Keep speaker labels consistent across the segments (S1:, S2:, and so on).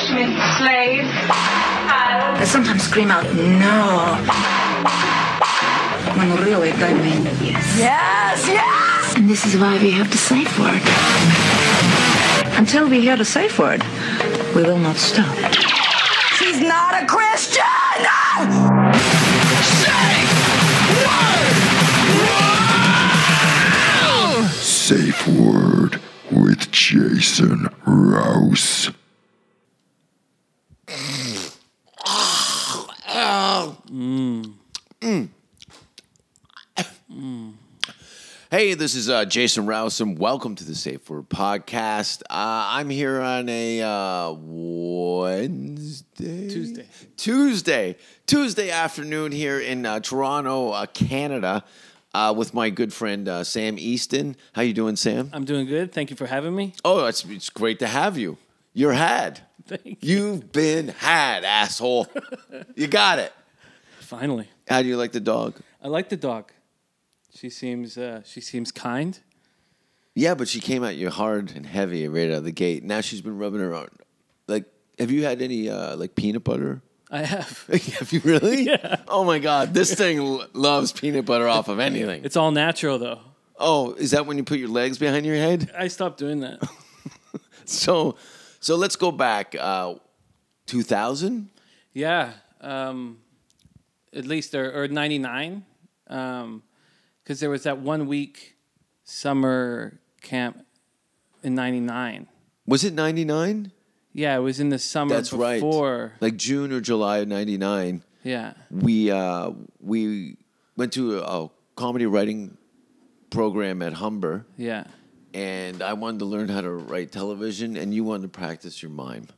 S1: slave, child.
S2: I sometimes scream out, no. When really I mean, yes.
S3: Yes, yes!
S2: And this is why we have the safe word. Until we hear the safe word, we will not stop.
S3: She's not a Christian! No!
S4: Safe word with Jason Rouse.
S5: Hey, this is uh, Jason Rouse, and welcome to the Safe Word Podcast. Uh, I'm here on a uh, Wednesday, Tuesday, Tuesday, Tuesday afternoon here in uh, Toronto, uh, Canada, uh, with my good friend uh, Sam Easton. How you doing, Sam?
S6: I'm doing good. Thank you for having me.
S5: Oh, it's it's great to have you. You're had.
S6: Thank you.
S5: You've been had, asshole. you got it.
S6: Finally,
S5: How do you like the dog?
S6: I like the dog. She seems uh, she seems kind.
S5: Yeah, but she came at you hard and heavy right out of the gate. Now she's been rubbing her on. Like, have you had any uh, like peanut butter?
S6: I have.
S5: have you really? Yeah. Oh my God, this thing lo- loves peanut butter off of anything.
S6: It's all natural though.
S5: oh, is that when you put your legs behind your head?
S6: I stopped doing that.
S5: So, so let's go back. uh, Two thousand.
S6: yeah, um, at least or, or ninety nine, because there was that one week summer camp in ninety nine.
S5: was it ninety nine?
S6: Yeah, it was in the summer
S5: That's right.
S6: before.
S5: Like June or July of ninety nine.
S6: Yeah,
S5: we uh, we went to a, a comedy writing program at Humber,
S6: yeah,
S5: and I wanted to learn how to write television, and you wanted to practice your mime.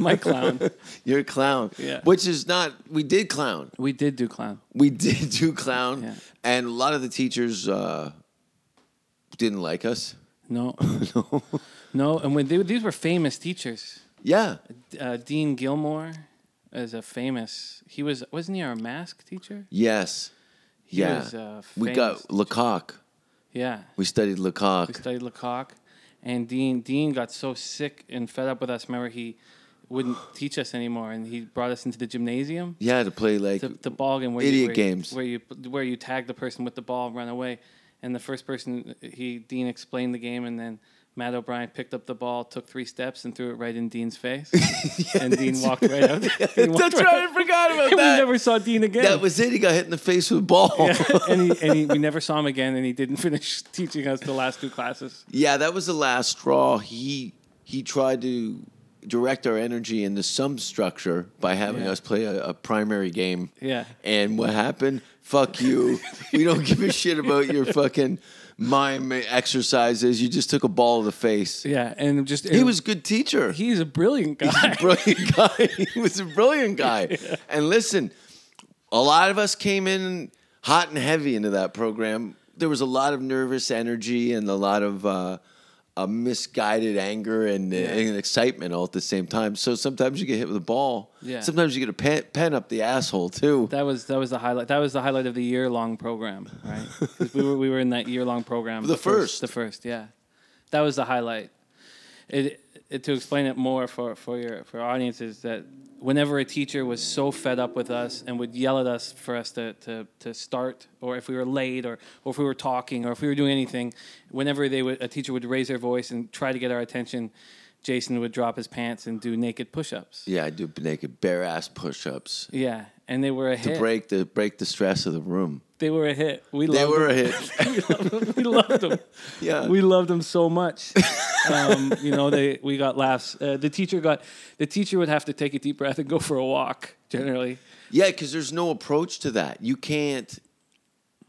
S6: my clown.
S5: You're a clown,
S6: Yeah.
S5: which is not. We did clown.
S6: We did do clown.
S5: We did do clown,
S6: Yeah.
S5: and a lot of the teachers uh, didn't like us.
S6: No, no, no. And when they, these were famous teachers.
S5: Yeah,
S6: uh, Dean Gilmore is a famous. He was wasn't he our mask teacher?
S5: yes, yeah.
S6: was a
S5: we got
S6: famous
S5: Lecoq.
S6: Yeah,
S5: We studied Lecoq.
S6: we studied Lecoq, and Dean Dean got so sick and fed up with us. Remember, he wouldn't teach us anymore, and he brought us into the gymnasium,
S5: yeah, to play like
S6: the, the ball game, where you,
S5: Idiot
S6: where you-
S5: games.
S6: where you where you tag the person with the ball and run away. And the first person he Dean explained the game, and then Matt O'Brien picked up the ball, took three steps, and threw it right in Dean's face, and Dean walked right out. Dean walked
S5: That's right. I forgot about
S6: And we
S5: that.
S6: never saw Dean again.
S5: that was it. He got hit in the face with a ball.
S6: and he, and he, we never saw him again, and he didn't finish teaching us the last two classes.
S5: Yeah, that was the last straw. He he tried to direct our energy into some structure by having
S6: Yeah.
S5: us play a, a primary game.
S6: Yeah.
S5: And what happened? Fuck you. we don't give a shit about your fucking mime exercises. You just took a ball to the face.
S6: Yeah, and just
S5: He was a good teacher.
S6: he's a brilliant guy.
S5: brilliant guy. he was a brilliant guy. And listen, a lot of us came in hot and heavy into that program. There was a lot of nervous energy and a lot of uh, uh, misguided anger and, uh, and excitement all at the same time. So sometimes you get hit with a ball.
S6: Yeah.
S5: Sometimes you get a pen, pen up the asshole too.
S6: that was that was the highlight. That was the highlight of the year long program, right? 'Cause we were we were in that year long program.
S5: The first.
S6: the first, yeah. That was the highlight. It, it to explain it more for for your for our audience is that whenever a teacher was so fed up with us and would yell at us for us to to, to start or if we were late or or if we were talking or if we were doing anything, whenever they would a teacher would raise their voice and try to get our attention. Jason would drop his pants and do naked push-ups.
S5: yeah, I do naked bare ass push ups
S6: Yeah, and they were a
S5: to
S6: hit.
S5: break the break the stress of the room.
S6: They were a hit. We
S5: They
S6: loved
S5: were a
S6: them.
S5: hit.
S6: we loved them.
S5: Yeah.
S6: we loved them so much. Um, you know, they we got laughs. Uh, the teacher got the teacher would have to take a deep breath and go for a walk. Generally,
S5: Yeah, because there's no approach to that. You can't.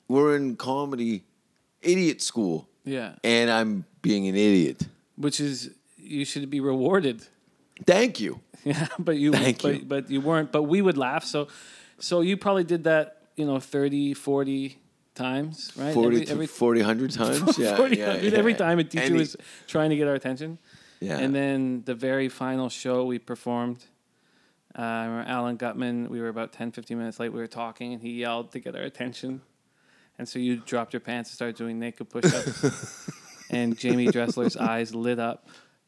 S5: We're in comedy, idiot school,
S6: yeah,
S5: and I'm being an idiot.
S6: which is you should be rewarded.
S5: Thank you.
S6: Yeah, but you,
S5: Thank
S6: but,
S5: you.
S6: but you weren't. But we would laugh. So, so you probably did that. You know, 30, 40 times, right?
S5: 40,
S6: Every- every-
S5: 40 100 times. Yeah,
S6: 40
S5: yeah, yeah.
S6: every time a teacher
S5: Any-
S6: was trying to get our attention.
S5: Yeah.
S6: And then the very final show we performed, uh, I remember Alan Gutman, we were about 10, 15 minutes late. We were talking and he yelled to get our attention. And so you dropped your pants and started doing naked push ups. and Jamie Dressler's eyes lit up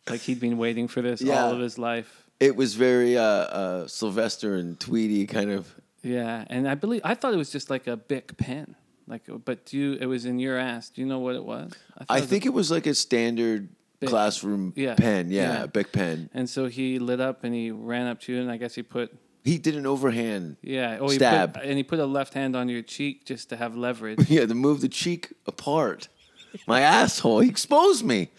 S6: like he'd been waiting for this
S5: Yeah.
S6: all of his life.
S5: It was very uh, uh, Sylvester and Tweety kind of.
S6: Yeah, and I believe I thought it was just like a Bic pen, like. But do you? It was in your ass. Do you know what it was? thought
S5: I
S6: it was a-
S5: think it was like a standard
S6: Bic.
S5: classroom
S6: Yeah,
S5: pen. Yeah,
S6: yeah.
S5: big pen.
S6: and so he lit up and he ran up to you, and I guess he put
S5: He did an overhand.
S6: yeah. Oh, he
S5: Stab.
S6: Put, and he put a left hand on your cheek just to have leverage.
S5: Yeah, to move the cheek apart. My asshole. He exposed me.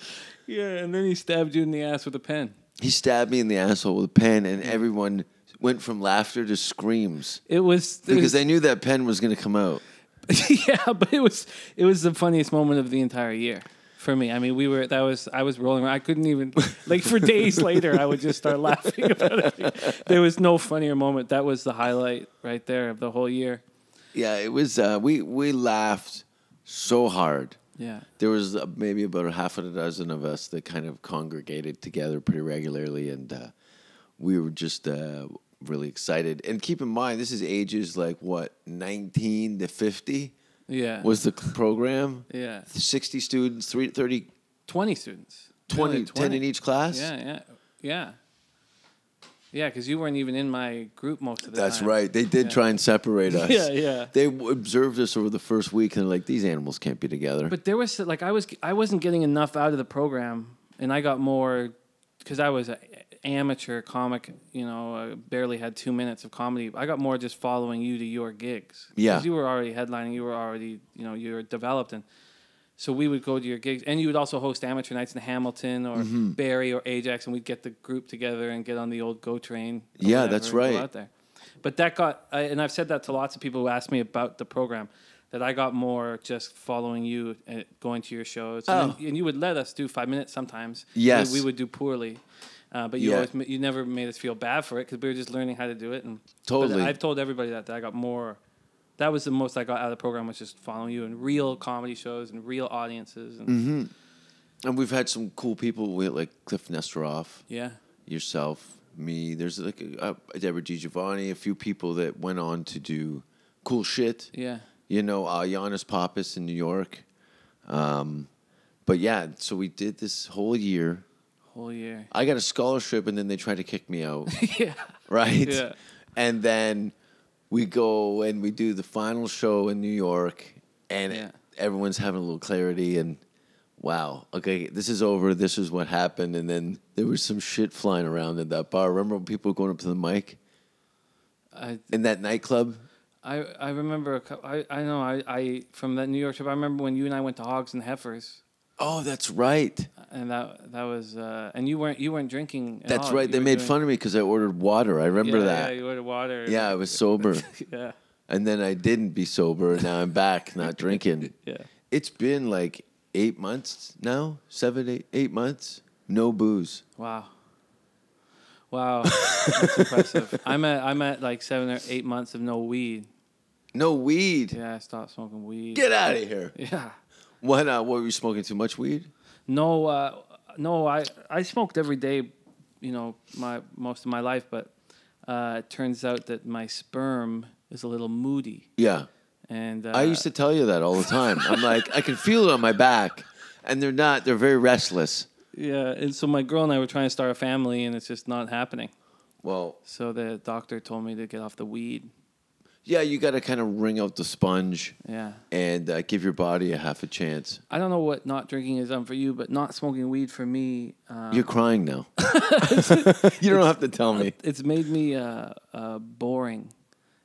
S6: yeah, and then he stabbed you in the ass with a pen.
S5: He stabbed me in the asshole with a pen, and everyone went from laughter to screams
S6: It was it
S5: because
S6: was-
S5: they knew that pen was going to come out.
S6: yeah, but it was it was the funniest moment of the entire year for me. I mean, we were that was I was rolling. around. I couldn't even like for days later. I would just start laughing about it. There was no funnier moment. That was the highlight right there of the whole year.
S5: Yeah, it was. Uh, we we laughed so hard.
S6: Yeah,
S5: There was uh, maybe about a half a dozen of us that kind of congregated together pretty regularly, and uh, we were just uh, really excited. And keep in mind, this is ages like what nineteen to fifty
S6: yeah,
S5: was the program.
S6: yeah.
S5: Sixty students, three, 30,
S6: Twenty students,
S5: 20,
S6: Really,
S5: 10 in each class.
S6: Yeah, yeah, yeah, yeah. Because you weren't even in my group most of the
S5: That's
S6: time.
S5: right. They did try and separate us.
S6: Yeah, yeah.
S5: They w- observed us over the first week, and they're like, "These animals can't be together."
S6: But there was like I was I wasn't getting enough out of the program, and I got more because I was an amateur comic. You know, I barely had two minutes of comedy. I got more just following you to your gigs. 'Cause
S5: Yeah.
S6: you were already headlining. You were already you know you were developed, and so we would go to your gigs, and you would also host amateur nights in Hamilton or
S5: Mm-hmm.
S6: Barry or Ajax, and we'd get the group together and get on the old Go train. or
S5: Yeah, that's
S6: whatever and go
S5: right.
S6: out there. But that got, I, and I've said that to lots of people who ask me about the program, that I got more just following you and going to your shows. And,
S5: Oh.
S6: and you would let us do five minutes sometimes.
S5: Yes.
S6: We, we would do poorly. Uh, but you
S5: Yeah.
S6: always always, you never made us feel bad for it because we were just learning how to do it. And but
S5: Totally.
S6: I've told everybody that, that I got more. That was the most I got out of the program was just following you and real comedy shows and real audiences. And
S5: Mm-hmm. and we've had some cool people with like Cliff Nestoroff,
S6: yeah,
S5: yourself, me. There's like uh, Deborah G. Giovanni, a few people that went on to do cool shit.
S6: yeah,
S5: You know, uh, Giannis Pappas in New York. Um, but yeah, so we did this whole year.
S6: whole year.
S5: I got a scholarship, and then they tried to kick me out.
S6: yeah.
S5: right?
S6: Yeah.
S5: And then we go and we do the final show in New York, and
S6: Yeah.
S5: everyone's having a little clarity and. Wow. Okay, this is over. This is what happened, and then there was some shit flying around at that bar. Remember when people going up to the mic
S6: I,
S5: in that nightclub?
S6: I, I remember, a cou- I, I know, I, I, from that New York trip, I remember when you and I went to Hogs and Heifers.
S5: Oh, that's right.
S6: and that that was uh, and you weren't you weren't drinking. At
S5: That's
S6: all.
S5: right.
S6: You
S5: they
S6: were
S5: made
S6: doing-
S5: fun of me because I ordered water. I remember
S6: yeah,
S5: that.
S6: Yeah, you ordered water.
S5: yeah, I was sober,
S6: yeah,
S5: and then I didn't be sober, and now I'm back, not drinking.
S6: yeah.
S5: It's been like eight months now, seven, eight, eight months, no booze.
S6: Wow, wow, that's impressive. I'm at I'm at like seven or eight months of no weed.
S5: No weed.
S6: Yeah, I stopped smoking weed.
S5: Get out of here.
S6: yeah,
S5: What, uh, what, were you smoking too much weed?
S6: no, uh, no. I I smoked every day, you know, my most of my life, but uh, it turns out that my sperm is a little moody,
S5: Yeah.
S6: and uh,
S5: I used to tell you that all the time. I'm like, I can feel it on my back. And they're not, they're very restless.
S6: yeah, and so my girl and I were trying to start a family, and it's just not happening.
S5: Well,
S6: So the doctor told me to get off the weed.
S5: yeah, you got to kind of wring out the sponge
S6: Yeah.
S5: and uh, give your body a half a chance.
S6: I don't know what not drinking is done for you, but not smoking weed for me, uh,
S5: You're crying now. you don't have to tell me.
S6: it's made me uh, uh, boring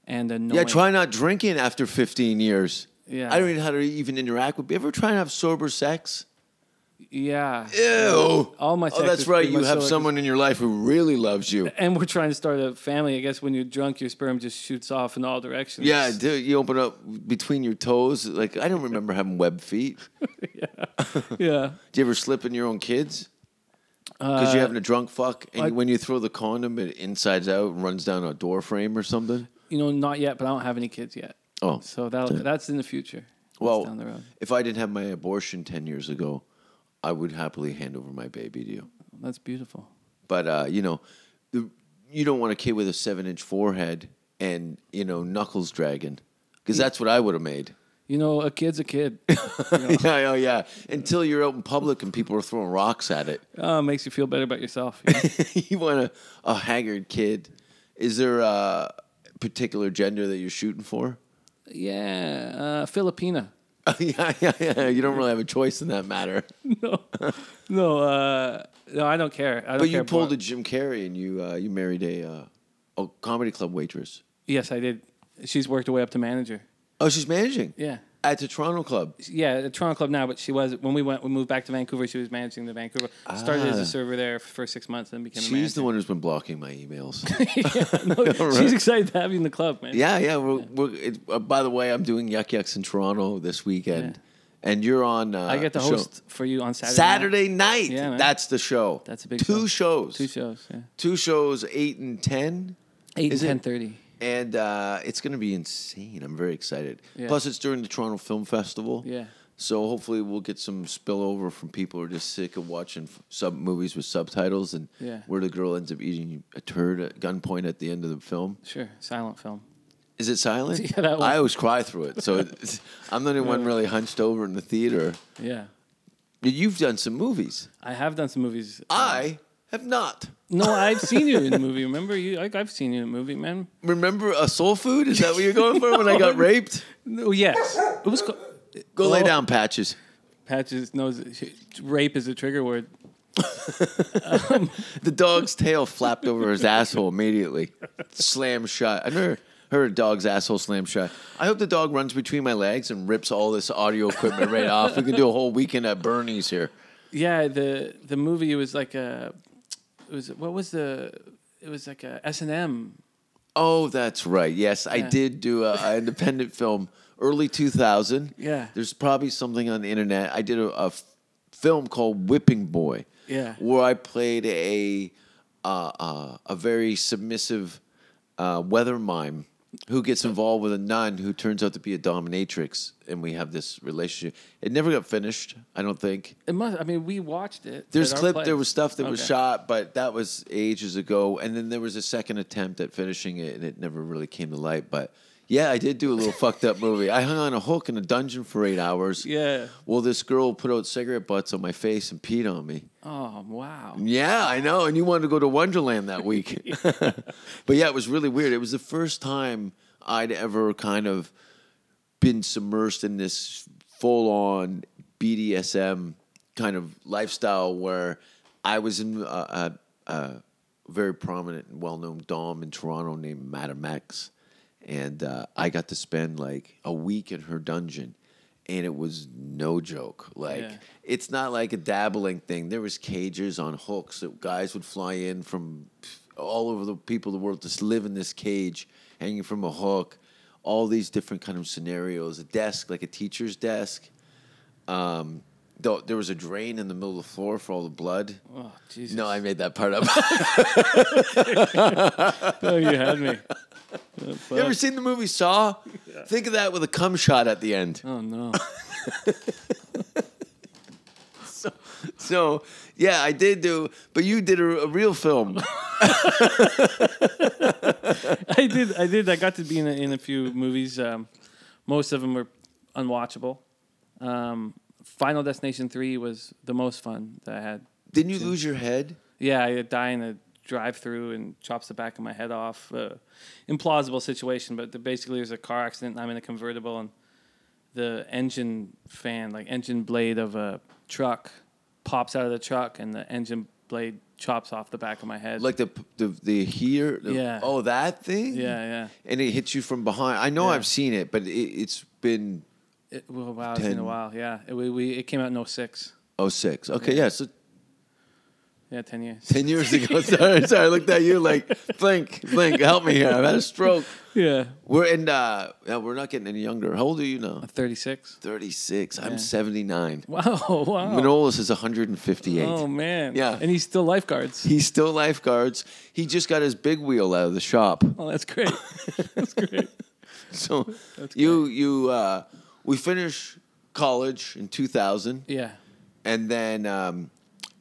S6: and annoying.
S5: Yeah, try not drinking after 15 years.
S6: Yeah.
S5: I don't know how to even interact with. You ever try and have sober sex?
S6: Yeah.
S5: Ew.
S6: All my
S5: Oh,
S6: sex
S5: that's
S6: is
S5: right.
S6: pretty
S5: You
S6: much
S5: have
S6: sober.
S5: someone in your life who really loves you.
S6: And we're trying to start a family. I guess when you're drunk, your sperm just shoots off in all directions.
S5: Yeah, dude. You open up between your toes. Like I don't remember having web feet.
S6: Yeah.
S5: Do you ever slip in your own kids? Because
S6: Uh,
S5: you're having a drunk fuck, and
S6: I-
S5: when you throw the condom, it insides out and runs down a door frame or something.
S6: You know, not yet, but I don't have any kids yet.
S5: Oh,
S6: So that that's in the future. That's
S5: well,
S6: down the road.
S5: if I didn't have my abortion ten years ago, I would happily hand over my baby to you.
S6: That's beautiful.
S5: But uh, you know, the, you don't want a kid with a seven-inch forehead and you know knuckles dragging, because that's what I would have made.
S6: you know, a kid's a kid.
S5: yeah, yeah, yeah. Until you're out in public and people are throwing rocks at it.
S6: Oh, it makes you feel better about yourself. you know?
S5: you want a, a haggard kid. Is there a particular gender that you're shooting for?
S6: yeah, uh, Filipina.
S5: yeah, yeah, yeah. You don't really have a choice in that matter.
S6: No, no, uh, no. I don't care. I don't
S5: But
S6: care
S5: you pulled a
S6: about-
S5: Jim Carrey and you uh, you married a uh, a comedy club waitress.
S6: Yes, I did. She's worked her way up to manager.
S5: Oh, she's managing.
S6: Yeah.
S5: At the Toronto club.
S6: yeah, the Toronto club now, but she was when we went we moved back to Vancouver. She was managing the Vancouver. Started as
S5: Ah.
S6: a server there for six months, then became.
S5: She's the
S6: a
S5: one who's been blocking my emails.
S6: manager.
S5: one-
S6: She's excited to have you in the club, man.
S5: yeah, yeah. We're, we're, it, uh, by the way, I'm doing Yuck Yucks in Toronto this weekend, and you're on. Uh,
S6: I get to
S5: the show.
S6: host for you on Saturday. night.
S5: Saturday night.
S6: Yeah, man.
S5: that's the show.
S6: That's a big
S5: two
S6: show.
S5: shows.
S6: Two shows. Yeah.
S5: Two shows, eight and ten,
S6: Eight
S5: Is it-
S6: and ten thirty.
S5: and uh, it's going to be insane. I'm very excited.
S6: Yeah.
S5: Plus, it's during the Toronto Film Festival.
S6: Yeah.
S5: So hopefully we'll get some spillover from people who are just sick of watching f- sub movies with subtitles and
S6: Yeah.
S5: where the girl ends up eating a turd at gunpoint at the end of the film.
S6: Sure. Silent film.
S5: Is it silent?
S6: Yeah, that one.
S5: I always cry through it. So it's, I'm the only one really hunched over in the theater.
S6: Yeah.
S5: You've done some movies.
S6: I have done some movies.
S5: I have not.
S6: No, I've seen you in the movie. Remember you? Like I've seen you in the movie, man.
S5: Remember a soul food? Is that what you're going for when I got raped?
S6: No, yes. It was. Co-
S5: Go lay
S6: Oh.
S5: down, patches.
S6: Patches knows rape is a trigger word.
S5: The dog's tail flapped over his asshole immediately. Slam shut. I never heard a dog's asshole slam shut. I hope the dog runs between my legs and rips all this audio equipment right off. We could do a whole weekend at Bernie's here.
S6: Yeah, the the movie was like a it was what was the it was like a S and M.
S5: Oh, that's right. Yes, I
S6: Yeah.
S5: did do a, a independent film early 2000.
S6: Yeah.
S5: There's probably something on the internet. I did a, a f- film called Whipping Boy.
S6: Yeah.
S5: Where I played a uh, uh, a very submissive uh, weather mime who gets involved with a nun who turns out to be a dominatrix, and we have this relationship. It never got finished, I don't think.
S6: It must. I mean, we watched it.
S5: There's
S6: at our
S5: clip.
S6: place.
S5: There was stuff that was
S6: Okay.
S5: shot, but that was ages ago. And then there was a second attempt at finishing it, and it never really came to light. But yeah, I did do a little fucked up movie. I hung on a hook in a dungeon for eight hours.
S6: Yeah.
S5: Well, this girl put out cigarette butts on my face and peed on me.
S6: Oh wow.
S5: Yeah, I know. And you wanted to go to Wonderland that week. but yeah, it was really weird. It was the first time I'd ever kind of been submersed in this full on BDSM kind of lifestyle where I was in a, a, a very prominent and well known Dom in Toronto named Madam X. And uh, I got to spend like a week in her dungeon. And it was no joke. Like,
S6: Yeah.
S5: it's not like a dabbling thing. There was cages on hooks that guys would fly in from all over the people of the world just live in this cage hanging from a hook. All these different kind of scenarios. A desk, like a teacher's desk. Um, though there was a drain in the middle of the floor for all the blood.
S6: Oh Jesus.
S5: No, I made that part up.
S6: Oh, you had me.
S5: you ever seen the movie Saw? Think of that with a cum shot at the end.
S6: Oh no.
S5: So yeah, I did do, but you did a, a real film.
S6: I did. I did. I got to be in a, in a few movies. Um, most of them were unwatchable. Um, Final Destination Three was the most fun that I had.
S5: Didn't you lose your head?
S6: Yeah, I die in a drive-through and chops the back of my head off. Uh, implausible situation, but the, basically there's a car accident. and I'm in a convertible, and the engine fan, like engine blade of a truck, pops out of the truck, and the engine blade chops off the back of my head.
S5: Like the the the here. the-
S6: Yeah.
S5: Oh, that thing.
S6: yeah, yeah.
S5: and it hits you from behind. I know
S6: Yeah.
S5: I've seen it, but it, it's been
S6: It, well, wow, it's been a
S5: Ten.
S6: while. Yeah, it, we, we, it came out in 06.
S5: 06. Okay, yeah, so
S6: Yeah, ten years.
S5: 10 years ago. sorry, sorry, I looked at you like, blink, blink, help me here. I've had a stroke.
S6: Yeah,
S5: We're in, uh, yeah, we're not getting any younger. How old are you now?
S6: thirty six.
S5: 36. I'm 79.
S6: Wow, wow.
S5: Manolis is 158.
S6: Oh man.
S5: Yeah.
S6: and he's still lifeguards.
S5: He's still lifeguards. He just got his big wheel out of the shop.
S6: Oh, that's great. that's great.
S5: So you, you, uh, we finish college in 2000.
S6: Yeah.
S5: and then um,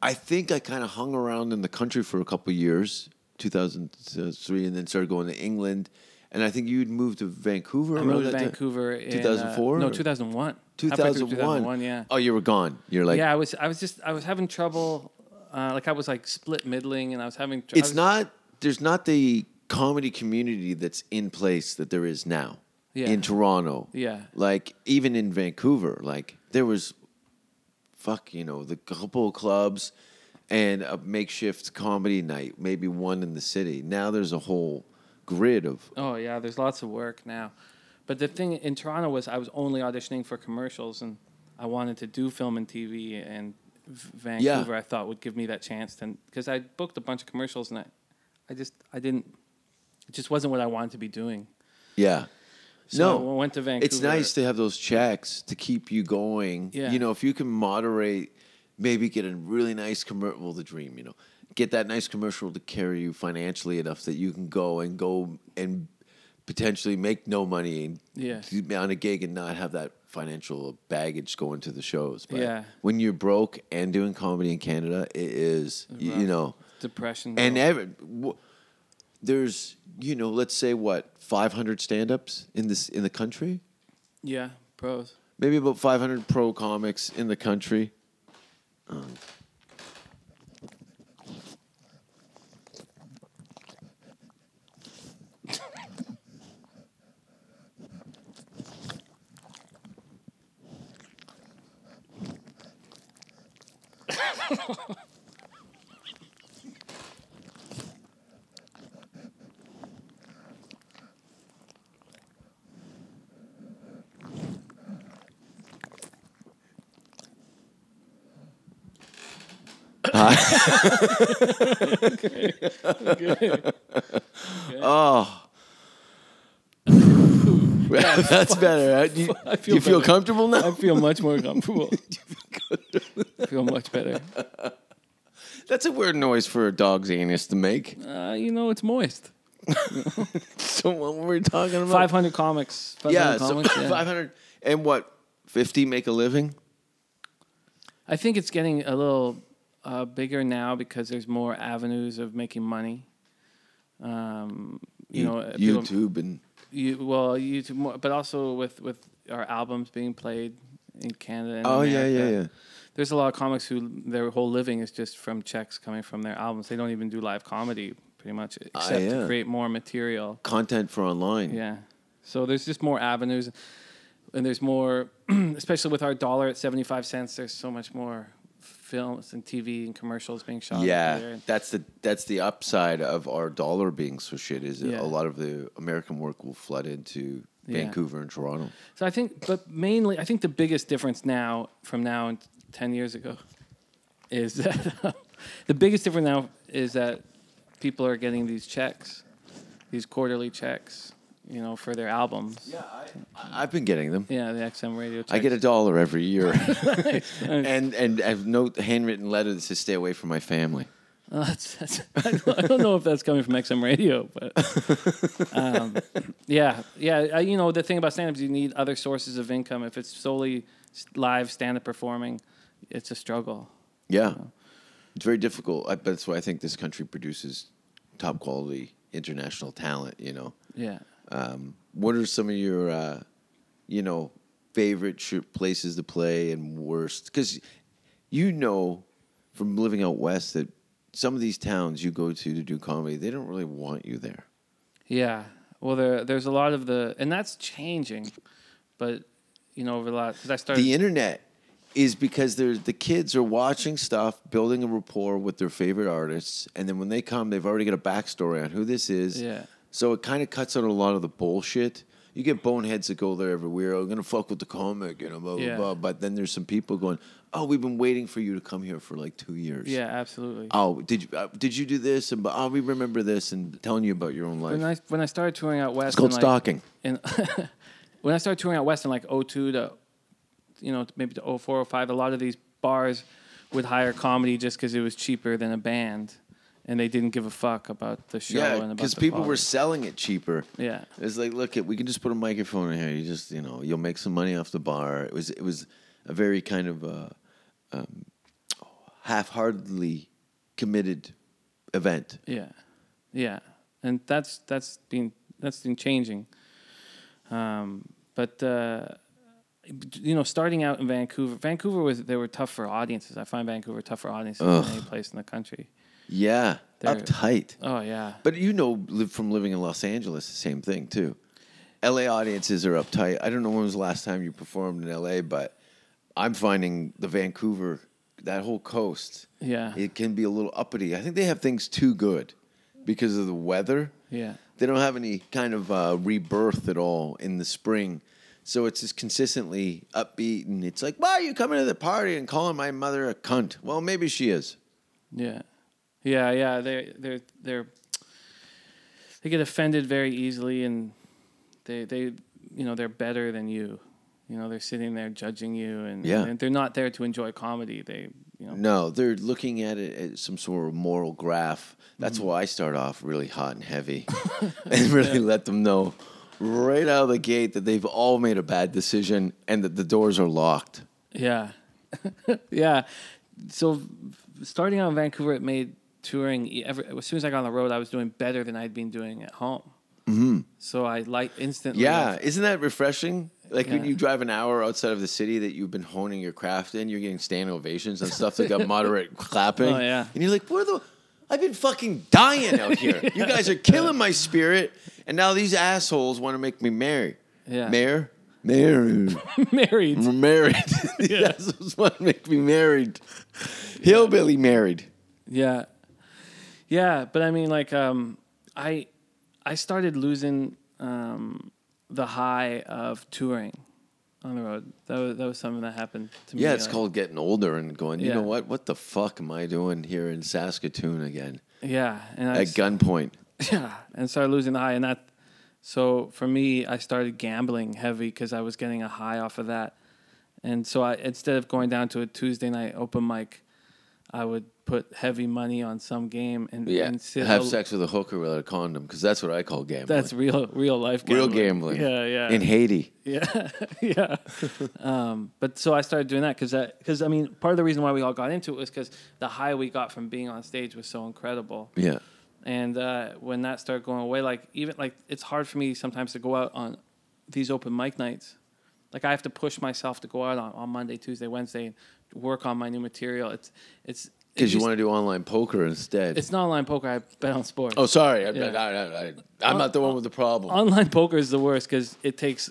S5: I think I kind of hung around in the country for a couple years, 2003, and then started going to England. And I think you'd moved to Vancouver.
S6: I
S5: around
S6: moved to
S5: that time?
S6: Vancouver in uh,
S5: 2004
S6: no,
S5: or-
S6: 2001. Halfway through
S5: 2001.
S6: 2001, yeah.
S5: Oh, you were gone. You're like,
S6: yeah, I was I was just I was having trouble uh, like I was like split middling and I was having tr- I
S5: it's
S6: was-
S5: not there's not the comedy community that's in place that there is now
S6: Yeah.
S5: in Toronto.
S6: Yeah.
S5: Like even in Vancouver, like there was fuck, you know, the couple of clubs and a makeshift comedy night, maybe one in the city. Now there's a whole grid of
S6: Oh yeah, there's lots of work now. But the thing in Toronto was I was only auditioning for commercials and I wanted to do film and TV and V- Vancouver I thought would give me that chance to cuz I booked a bunch of commercials and I I just I didn't it just wasn't what I wanted to be doing.
S5: yeah.
S6: So
S5: no,
S6: I went to
S5: It's
S6: Vancouver.
S5: nice to have those checks to keep you going.
S6: Yeah.
S5: You know, if you can moderate, maybe get a really nice commercial, well, the dream, you know, get that nice commercial to carry you financially enough that you can go and go and potentially make no money and
S6: Yeah.
S5: be on a gig and not have that financial baggage going to the shows. But
S6: Yeah.
S5: when you're broke and doing comedy in Canada, it is, y- you
S6: rough.
S5: know,
S6: Depression.
S5: and e
S6: though.
S5: every, w- there's, you know, let's say what, 500 stand ups in this, in the country?
S6: yeah, pros.
S5: maybe about 500 pro comics in the country. Um, Ah. That's better. Right? You,
S6: I
S5: feel,
S6: feel
S5: you feel
S6: better.
S5: comfortable now?
S6: I feel much more comfortable. I feel much better.
S5: That's a weird noise for a dog's anus to make.
S6: Uh, you know, it's moist.
S5: So what were we talking about?
S6: 500 comics. 500
S5: Yeah, so
S6: comics. yeah.
S5: 500 and what? 50 make a living?
S6: I think it's getting a little uh, bigger now because there's more avenues of making money. Um, you, know, uh, people-
S5: YouTube and
S6: You, well, YouTube, more, but also with with our albums being played in Canada. And
S5: Oh, yeah,
S6: America.
S5: yeah, yeah.
S6: There's a lot of comics who their whole living is just from checks coming from their albums. They don't even do live comedy pretty much, except
S5: Ah, yeah.
S6: to create more material.
S5: content for online.
S6: Yeah. So there's just more avenues, and there's more, especially with our dollar at seventy five cents. There's so much more films and TV and commercials being shot. up there.
S5: Yeah,
S6: And
S5: that's the that's the upside of our dollar being so shit. Is that
S6: Yeah.
S5: a lot of the American work will flood into
S6: Yeah.
S5: Vancouver and Toronto.
S6: So I think, but mainly, I think the biggest difference now from now and ten years ago is that the biggest difference now is that people are getting these checks, these quarterly checks, you know, for their albums. Yeah,
S5: I- I've been getting them.
S6: yeah the XM radio. Checks.
S5: I get a dollar every year, and and I have no handwritten letter that says "Stay away from my family."
S6: Well, that's, that's, I don't- I don't know if that's coming from XM Radio, but um, yeah, yeah. I, you know, the thing about stand up is you need other sources of income. If it's solely s- live stand up performing, it's a struggle.
S5: Yeah, it's very difficult. I, that's why I think this country produces top quality international talent. You know,
S6: Yeah.
S5: um, what are some of your, uh, you know, favorite sh- places to play and worst? Because you know from living out west that some of these towns you go to to do comedy, they don't really want you there.
S6: Yeah. Well, there, there's a lot of the, and that's changing, but, you know, over the last, because I started.
S5: the internet is because there's the kids are watching stuff, building a rapport with their favorite artists, and then when they come, they've already got a backstory on who this is.
S6: Yeah.
S5: So it kind of cuts out a lot of the bullshit. You get boneheads that go there every week. "Oh, I'm gonna fuck with the comic, you know, blah blah
S6: Yeah.
S5: blah. But then there's some people going, "Oh, we've been waiting for you to come here for like two years."
S6: yeah, absolutely.
S5: Oh, did you uh, did you do this? And but oh, we remember this and telling you about your own life.
S6: when I, when I started touring out west,
S5: it's called
S6: in, like-
S5: stalking.
S6: and when I started touring out west in like 02 to, you know, maybe to 04, 05, a lot of these bars would hire comedy just because it was cheaper than a band, and they didn't give a fuck about the show.
S5: Yeah,
S6: and about
S5: because
S6: the
S5: people were
S6: quality.
S5: selling it cheaper.
S6: Yeah.
S5: it's like, look, it, we can just put a microphone in here. You just, you know, you'll make some money off the bar. It was, it was a very kind of uh, um, half-heartedly committed event.
S6: yeah, yeah, and that's that's been that's been changing. Um, but uh, you know, starting out in Vancouver, Vancouver was they were tough for audiences. I find Vancouver tough for audiences than any place in the country.
S5: Yeah,
S6: They're-
S5: uptight.
S6: Oh yeah,
S5: But you know, live from living in Los Angeles, the same thing too. L.A. audiences are uptight. I don't know when was the last time you performed in L.A., but I'm finding the Vancouver, that whole coast,
S6: Yeah.
S5: it can be a little uppity. I think they have things too good because of the weather.
S6: yeah.
S5: They don't have any kind of uh, rebirth at all in the spring. So it's just consistently upbeat, and it's like, why are you coming to the party and calling my mother a cunt? Well, maybe she is.
S6: Yeah, yeah, yeah. They they they're they get offended very easily, and they they you know they're better than you. You know they're sitting there judging you, and
S5: Yeah.
S6: and they're not there to enjoy comedy. They you know
S5: No, they're looking at it as some sort of moral graph. That's why I start off really hot and heavy and really let them know right out of the gate that they've all made a bad decision and that the doors are locked.
S6: yeah yeah. So starting out in Vancouver, it made touring. e- Every, as soon as I got on the road, I was doing better than I'd been doing at home. Mm-hmm. So I like instantly.
S5: Yeah, isn't that refreshing? Like when
S6: Oh, Yeah.
S5: you drive an hour outside of the city that you've been honing your craft in, you're getting standing ovations and stuff that got moderate clapping.
S6: Oh, yeah.
S5: And you're like, where the. I've been fucking dying out here. You guys are killing my spirit. And now these assholes want to make me marry.
S6: Yeah.
S5: Mayor? Mayor.
S6: married.
S5: We're married. That's what's want to make me married. Hillbilly married.
S6: Yeah. Yeah, but I mean like um I I started losing um the high of touring on the road. That was that was something that happened to me.
S5: Yeah, it's
S6: like-
S5: called getting older and going, you
S6: Yeah.
S5: know what? What the fuck am I doing here in Saskatoon again?
S6: Yeah, and I
S5: At gunpoint.
S6: yeah, and started losing the high and that so for me I started gambling heavy cuz I was getting a high off of that. And so I instead of going down to a Tuesday night open mic, I would put heavy money on some game and,
S5: Yeah.
S6: and sit
S5: Have
S6: al-
S5: sex with a hooker without a condom because that's what I call gambling.
S6: That's real real life
S5: real
S6: gambling.
S5: gambling.
S6: Yeah, yeah.
S5: In Haiti.
S6: Yeah, yeah. um, but so I started doing that because that because I mean part of the reason why we all got into it was because the high we got from being on stage was so incredible.
S5: Yeah.
S6: And uh, when that started going away, like even like it's hard for me sometimes to go out on these open mic nights. Like I have to push myself to go out on, on Monday, Tuesday, Wednesday, and work on my new material. It's it's
S5: Because you want to do online poker instead.
S6: It's not online poker. I bet on sports.
S5: oh, sorry. I,
S6: Yeah. Uh,
S5: I, am not the one with the problem.
S6: online poker is the worst because it takes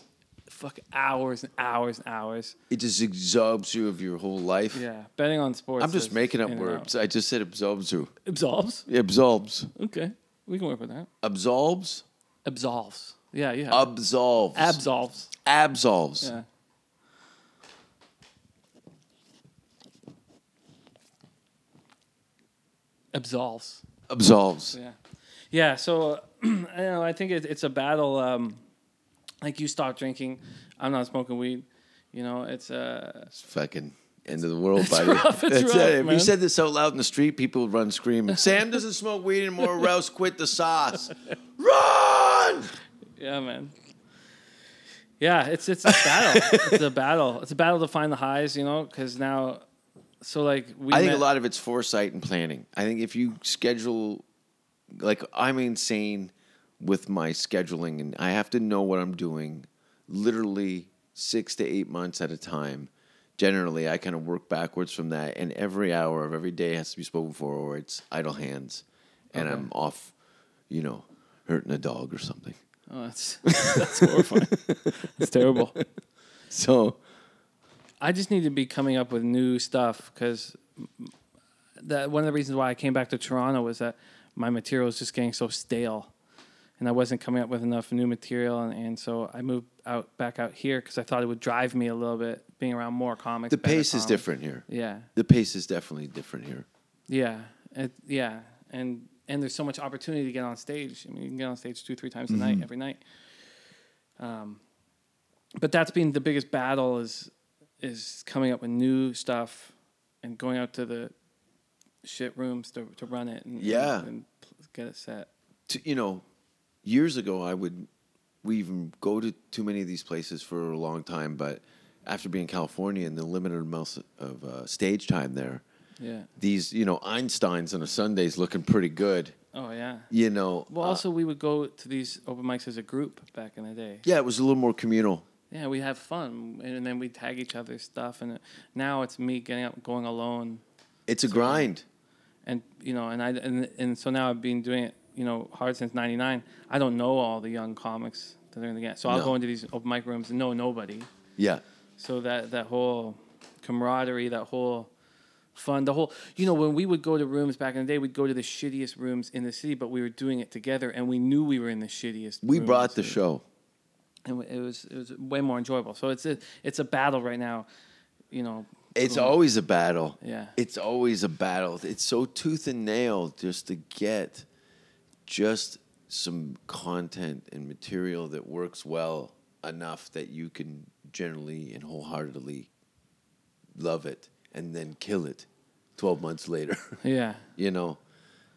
S6: fuck hours and hours and hours.
S5: it just absorbs you of your whole life.
S6: Yeah, betting on sports.
S5: I'm just
S6: is
S5: making up
S6: in and out.
S5: words. I just said absorbs you.
S6: Absolves.
S5: Absolves.
S6: Okay, we can work with that.
S5: Absolves?
S6: Absolves. Yeah, yeah.
S5: Absolves.
S6: Absolves.
S5: Absolves.
S6: Yeah. Absolves.
S5: Absolves.
S6: Yeah. Yeah. So I don't know. I think it, it's a battle. Um, like you stop drinking, I'm not smoking weed. You know, it's uh,
S5: It's fucking end of the world, buddy.
S6: rough, it's rough,
S5: it. If you
S6: man.
S5: said this out loud in the street, people would run screaming. Sam doesn't smoke weed anymore. Rouse quit the sauce. Run!
S6: yeah, man. Yeah, it's it's a battle. it's a battle. It's a battle to find the highs. You know, because now, so like we.
S5: I think a
S6: met-
S5: lot of it's foresight and planning. I think if you schedule, like I'm insane with my scheduling, and I have to know what I'm doing, literally six to eight months at a time. Generally, I kind of work backwards from that, and every hour of every day has to be spoken for, or it's idle hands, and I'm off, you know, hurting a dog or something.
S6: Oh, that's that's horrifying. It's terrible.
S5: So
S6: I just need to be coming up with new stuff because that one of the reasons why I came back to Toronto was that my material was just getting so stale, and I wasn't coming up with enough new material, and, and so I moved out back out here because I thought it would drive me a little bit being around more comics.
S5: the
S6: better
S5: pace is
S6: comics.
S5: different here.
S6: Yeah,
S5: The pace is definitely different here.
S6: yeah, it, yeah, and and there's so much opportunity to get on stage. I mean, you can get on stage two, three times a
S5: Mm-hmm.
S6: night every night. Um, but that's been the biggest battle is is coming up with new stuff and going out to the shit rooms to to run it. And,
S5: Yeah.
S6: and, pl- get it set.
S5: to, you know, years ago, I would we even go to too many of these places for a long time, but after being in California and the limited amounts of uh, stage time there,
S6: Yeah.
S5: these you know Einsteins on a Sunday's looking pretty good.
S6: Oh yeah. Yeah.
S5: You know,
S6: Well,
S5: uh,
S6: also we would go to these open mics as a group back in the day.
S5: yeah, it was a little more communal.
S6: Yeah, we have fun, and then we tag each other's stuff. And now it's me getting out, going alone,
S5: It's a grind.
S6: and you know, and I and, and so now I've been doing it, you know, hard since '99. I don't know all the young comics that are in the game, so I'll
S5: No.
S6: go into these open mic rooms and know nobody.
S5: Yeah.
S6: So that that whole camaraderie, that whole fun, the whole you know, when we would go to rooms back in the day, we'd go to the shittiest rooms in the city, but we were doing it together, and we knew we were in the shittiest.
S5: We
S6: room in
S5: brought the
S6: city
S5: show.
S6: and it was it was way more enjoyable. So it's a it's a battle right now, you know.
S5: It's always a battle.
S6: Yeah.
S5: It's always a battle. It's so tooth and nail just to get just some content and material that works well enough that you can generally and wholeheartedly love it and then kill it 12 months later,
S6: Yeah,
S5: you know?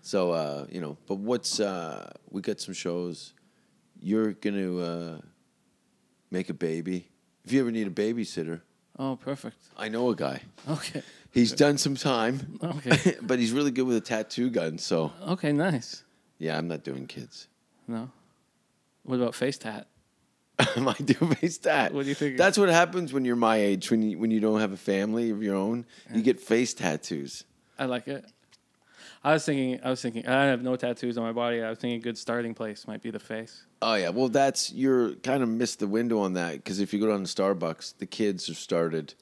S5: So, uh, you know, but what's, uh, we got some shows. You're going to uh, make a baby. If you ever need a babysitter,
S6: oh, perfect.
S5: I know a guy.
S6: Okay,
S5: He's done some time,
S6: Okay.
S5: but he's really good with a tattoo gun. So
S6: okay, nice.
S5: yeah, I'm not doing kids.
S6: No, what about face tat?
S5: I do face tat.
S6: What do you think?
S5: That's what happens when you're my age. When you when you don't have a family of your own, you get face tattoos.
S6: I like it. I was thinking, I was thinking, I have no tattoos on my body. I was thinking a good starting place might be the face.
S5: Oh yeah, well that's you're kind of missed the window on that because if you go down to Starbucks, the kids are started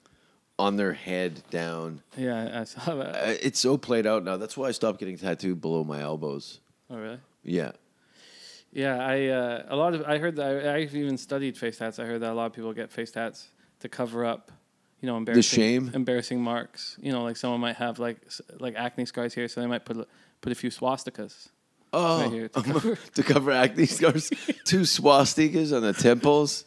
S5: on their head down.
S6: Yeah, I- I saw that.
S5: Uh, It's so played out now. That's why I stopped getting tattooed below my elbows.
S6: Oh, really?
S5: Yeah,
S6: Yeah, I uh, a lot of I heard that I, I even studied face tats. I heard that a lot of people get face tats to cover up, you know, embarrassing
S5: shame?
S6: embarrassing marks. You know, like someone might have like s- like acne scars here, so they might put a- put a few swastikas.
S5: Oh,
S6: right here to cover-
S5: to cover acne scars. Two swastikas on the temples.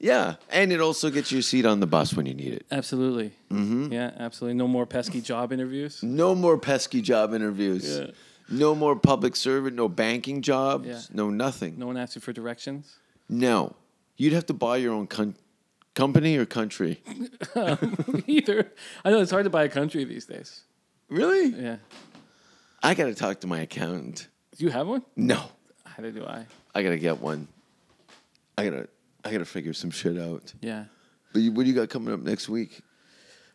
S5: Yeah, and it also gets you a seat on the bus when you need it.
S6: Absolutely. Mm-hmm. Yeah, absolutely. No more pesky job interviews.
S5: No more pesky job interviews.
S6: Yeah.
S5: No more public servant. No banking jobs.
S6: Yeah.
S5: No nothing.
S6: No one asks you for directions.
S5: No, you'd have to buy your own con- company or country.
S6: Either I know it's hard to buy a country these days.
S5: Really?
S6: Yeah.
S5: I gotta talk to my accountant.
S6: Do you have one?
S5: No,
S6: How do I?
S5: I gotta get one. I gotta, I gotta figure some shit out.
S6: Yeah.
S5: But you, what do you got coming up next week?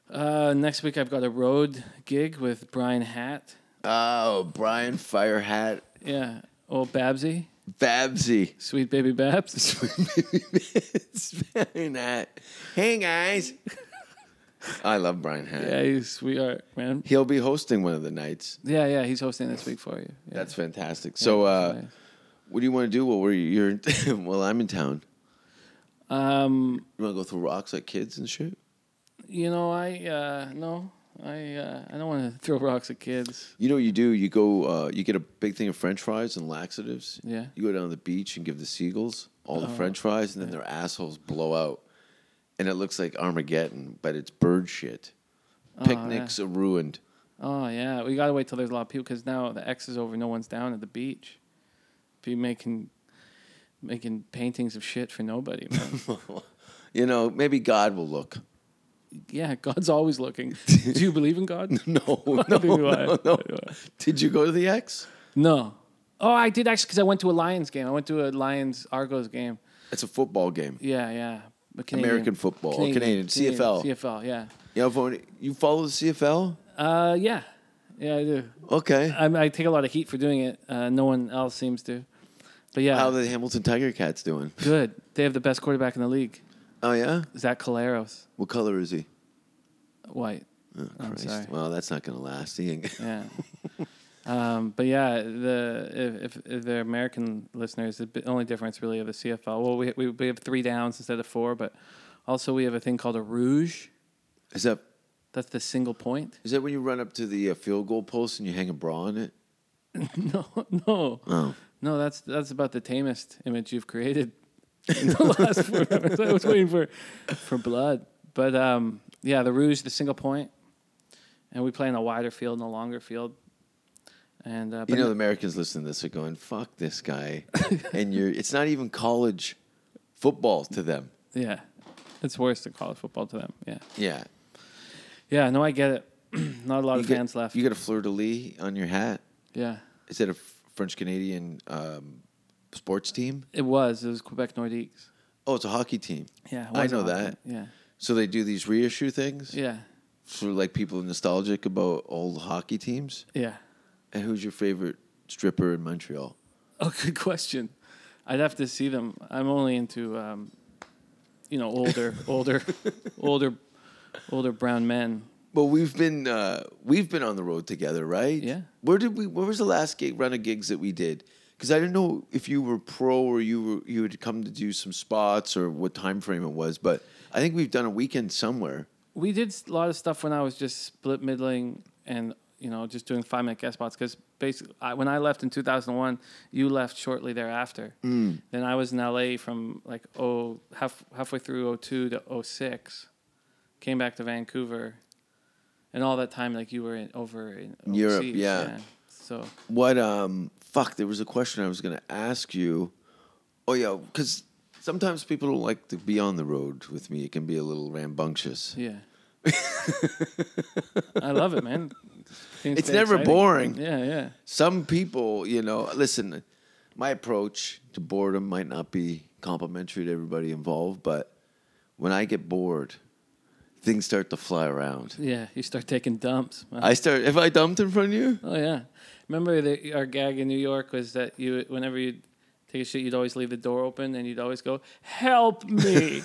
S6: Uh, next week I've got a road gig with Brian Hatt.
S5: Oh, Brian Firehat
S6: Yeah. Old Babsy.
S5: Babsy.
S6: Sweet baby Babs.
S5: it's Brian Hat. Hey guys. I love Brian Hat.
S6: Yeah, he's a sweetheart, man.
S5: He'll be hosting one of the nights.
S6: Yeah, yeah, he's hosting this week for you. Yeah.
S5: That's fantastic. So uh,
S6: nice.
S5: what do you want to do while we're you're well I'm in town?
S6: um,
S5: You wanna go through rocks like kids and shit?
S6: you know, I uh, no, I uh, I don't want to throw rocks at kids.
S5: You know what you do? You go uh, you get a big thing of French fries and laxatives.
S6: Yeah. Oh.
S5: You go down to the beach and give the seagulls all the French fries and then their assholes blow out. And it looks like Armageddon, but it's bird shit. Picnics are ruined.
S6: Oh yeah, we gotta wait till there's a lot of people because now the X is over. No one's down at the beach. Be making making paintings of shit for nobody. Man.
S5: You know, maybe God will look.
S6: yeah, God's always looking. Do you believe in God?
S5: No, no,
S6: do I.
S5: no, no. Did you go to the X?
S6: no. Oh, I did actually because I went to a Lions game. I went to a Lions Argos game.
S5: It's a football game.
S6: Yeah, yeah. A
S5: American football, or Canadian, CFL.
S6: CFL, yeah.
S5: You, know, if only- you follow the CFL?
S6: Uh, yeah, yeah, I do.
S5: Okay.
S6: I, I take a lot of heat for doing it. Uh, no one else seems to. But yeah,
S5: How the Hamilton Tiger Cats doing?
S6: good. They have the best quarterback in the league,
S5: Oh yeah.
S6: Zach Caleros,
S5: What color is he?
S6: white. I'm
S5: Christ.
S6: sorry.
S5: Well, that's not gonna last. He ain't-
S6: Yeah. um, but yeah, the if, if, if they're American listeners, the bi- only difference really of the CFL. Well, we, we we have three downs instead of four, but also we have a thing called a rouge.
S5: is that
S6: That's the single point.
S5: is that when you run up to the uh, field goal post and you hang a bra on it?
S6: No, no.
S5: Oh.
S6: No, that's that's about the tamest image you've created in the last four minutes. I was waiting for for blood, but um, yeah, the Rouge, the single point, and we play in a wider field and a longer field, and uh,
S5: You
S6: but
S5: know, the Americans listening to this are going, "Fuck this guy," and you're. It's not even college football to them.
S6: yeah, it's worse than college football to them. Yeah,
S5: Yeah.
S6: yeah, no, I get it. Not a lot of
S5: get-
S6: fans left.
S5: You got a fleur de lis on your hat.
S6: yeah,
S5: Is that a f- French Canadian um, sports team.
S6: It was. It was Quebec Nordiques.
S5: Oh, it's a hockey team.
S6: Yeah, it
S5: I
S6: was
S5: know
S6: hockey.
S5: that.
S6: Yeah,
S5: So they do these reissue things
S6: yeah,
S5: for like people nostalgic about old hockey teams.
S6: yeah.
S5: And who's your favorite stripper in Montreal?
S6: Oh, good question. I'd have to see them. I'm only into, um, you know, older, older, older, older brown men.
S5: Well, we've been uh, we've been on the road together, right?
S6: Yeah.
S5: Where did we? Where was the last gig run of gigs that we did? Because I didn't know if you were pro or you were you had come to do some spots or what time frame it was, but I think we've done a weekend somewhere.
S6: We did s- a lot of stuff when I was just split middling and you know just doing five minute guest spots because basically I, when I left in 2001, you left shortly thereafter.
S5: Mm.
S6: Then I was in LA from like oh half halfway through 02 to 06, came back to Vancouver, and all that time like you were in, over in
S5: Europe,
S6: overseas,
S5: yeah.
S6: So
S5: What um fuck? There was a question I was gonna ask you. Oh yeah, because sometimes people don't like to be on the road with me. It can be a little rambunctious.
S6: Yeah. I love it, man. Things
S5: It's
S6: stay
S5: never
S6: exciting.
S5: boring.
S6: Yeah, yeah.
S5: some people, you know, listen, my approach to boredom might not be complimentary to everybody involved, but when I get bored, things start to fly around.
S6: Yeah, you start taking dumps. man.
S5: I start, have I dumped in front of you?
S6: oh, yeah. Remember the, our gag in New York was that you, whenever you take a shit, you'd always leave the door open and you'd always go, Help me.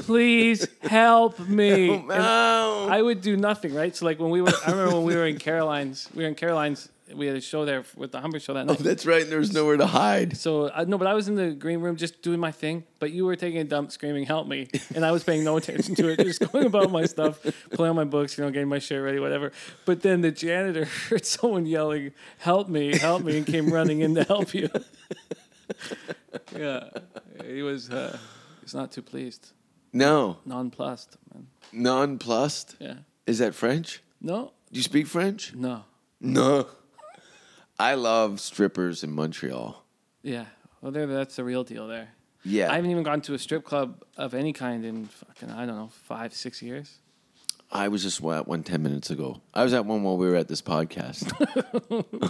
S6: Please help me. And
S5: No.
S6: I would do nothing, right? So, like, when we were, I remember when we were in Caroline's, we were in Caroline's, we had a show there with the Humber show that night.
S5: That's right, there's nowhere to hide.
S6: So I no, but I was in the green room just doing my thing, but you were taking a dump, screaming "Help me!" and I was paying no attention to it, just going about my stuff, playing my books, you know, getting my shit ready, whatever. But then the janitor heard someone yelling "Help me! Help me!" and came running in to help you. yeah, he was. Uh, he's not too pleased,
S5: No,
S6: nonplussed, man.
S5: nonplussed.
S6: Yeah.
S5: Is that French?
S6: No,
S5: Do you speak French?
S6: no,
S5: No. I love strippers in Montreal.
S6: yeah. Well, there, that's the real deal there.
S5: Yeah.
S6: I haven't even gone to a strip club of any kind in fucking I don't know five, six years.
S5: I was just at one 10 minutes ago. I was at one while we were at this podcast.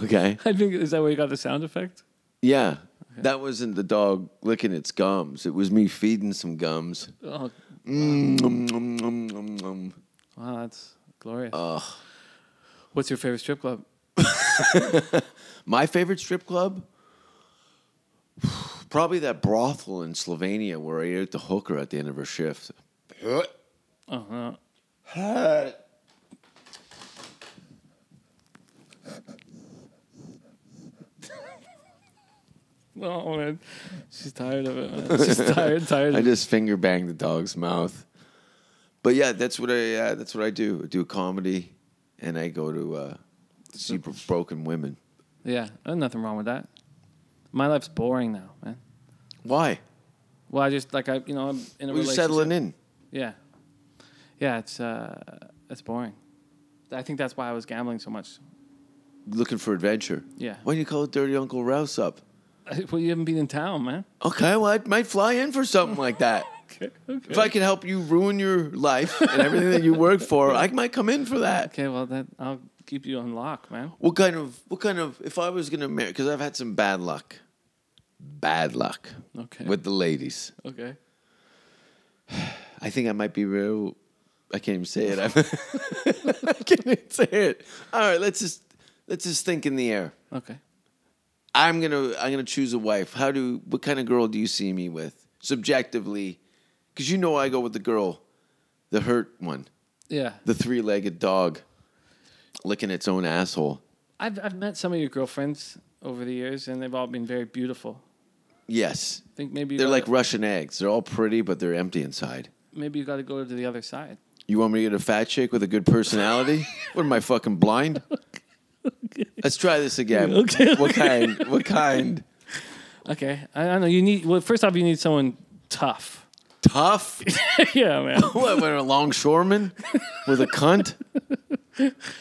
S5: okay.
S6: I think is that where you got the sound effect?
S5: Yeah. That wasn't the dog licking its gums. It was me feeding some gums.
S6: Oh,
S5: Nom, nom, nom, nom, nom.
S6: wow, that's glorious. What's your favorite strip club?
S5: My favorite strip club? Probably that brothel in Slovenia where I ate the hooker at the end of her shift.
S6: Oh, no. oh man, she's tired of it. Man. She's tired, tired.
S5: I just finger banged the dog's mouth. But yeah, that's what I uh, that's what I do. I do comedy and I go to uh, see bro- broken women.
S6: yeah, there's nothing wrong with that. My life's boring now, man.
S5: Why?
S6: Well, I just like I, you know, I'm in a
S5: We're
S6: relationship.
S5: settling in.
S6: Yeah, yeah, it's uh, it's boring. I think that's why I was gambling so much.
S5: Looking for adventure.
S6: Yeah.
S5: Why do you call it Dirty Uncle Rouse up?
S6: Well, you haven't been in town, man.
S5: Okay, well, I might fly in for something like that.
S6: Okay.
S5: If I can help you ruin your life and everything that you work for, I might come in for that.
S6: Okay, well then I'll keep you on lock, man.
S5: What kind of, what kind of, if I was going to marry, because I've had some bad luck, bad luck
S6: Okay.
S5: with the ladies.
S6: Okay.
S5: I think I might be real, I can't even say it. I'm, I can't even say it. All right, let's just, let's just think in the air.
S6: Okay.
S5: I'm gonna I'm gonna choose a wife. How do what kind of girl do you see me with subjectively? Because you know I go with the girl, the hurt one,
S6: Yeah.
S5: the three legged dog, licking its own asshole.
S6: I've I've met some of your girlfriends over the years and they've all been very beautiful.
S5: Yes,
S6: I think maybe you
S5: they're
S6: gotta-
S5: like Russian eggs. They're all pretty, but they're empty inside.
S6: maybe you gotta go to the other side.
S5: You want me to get a fat chick with a good personality? what am I fucking blind? Let's try this again.
S6: Okay,
S5: What kind? What kind?
S6: Okay. I, I know you need well first off you need someone tough.
S5: Tough.
S6: yeah, man.
S5: What, what, a longshoreman with a cunt?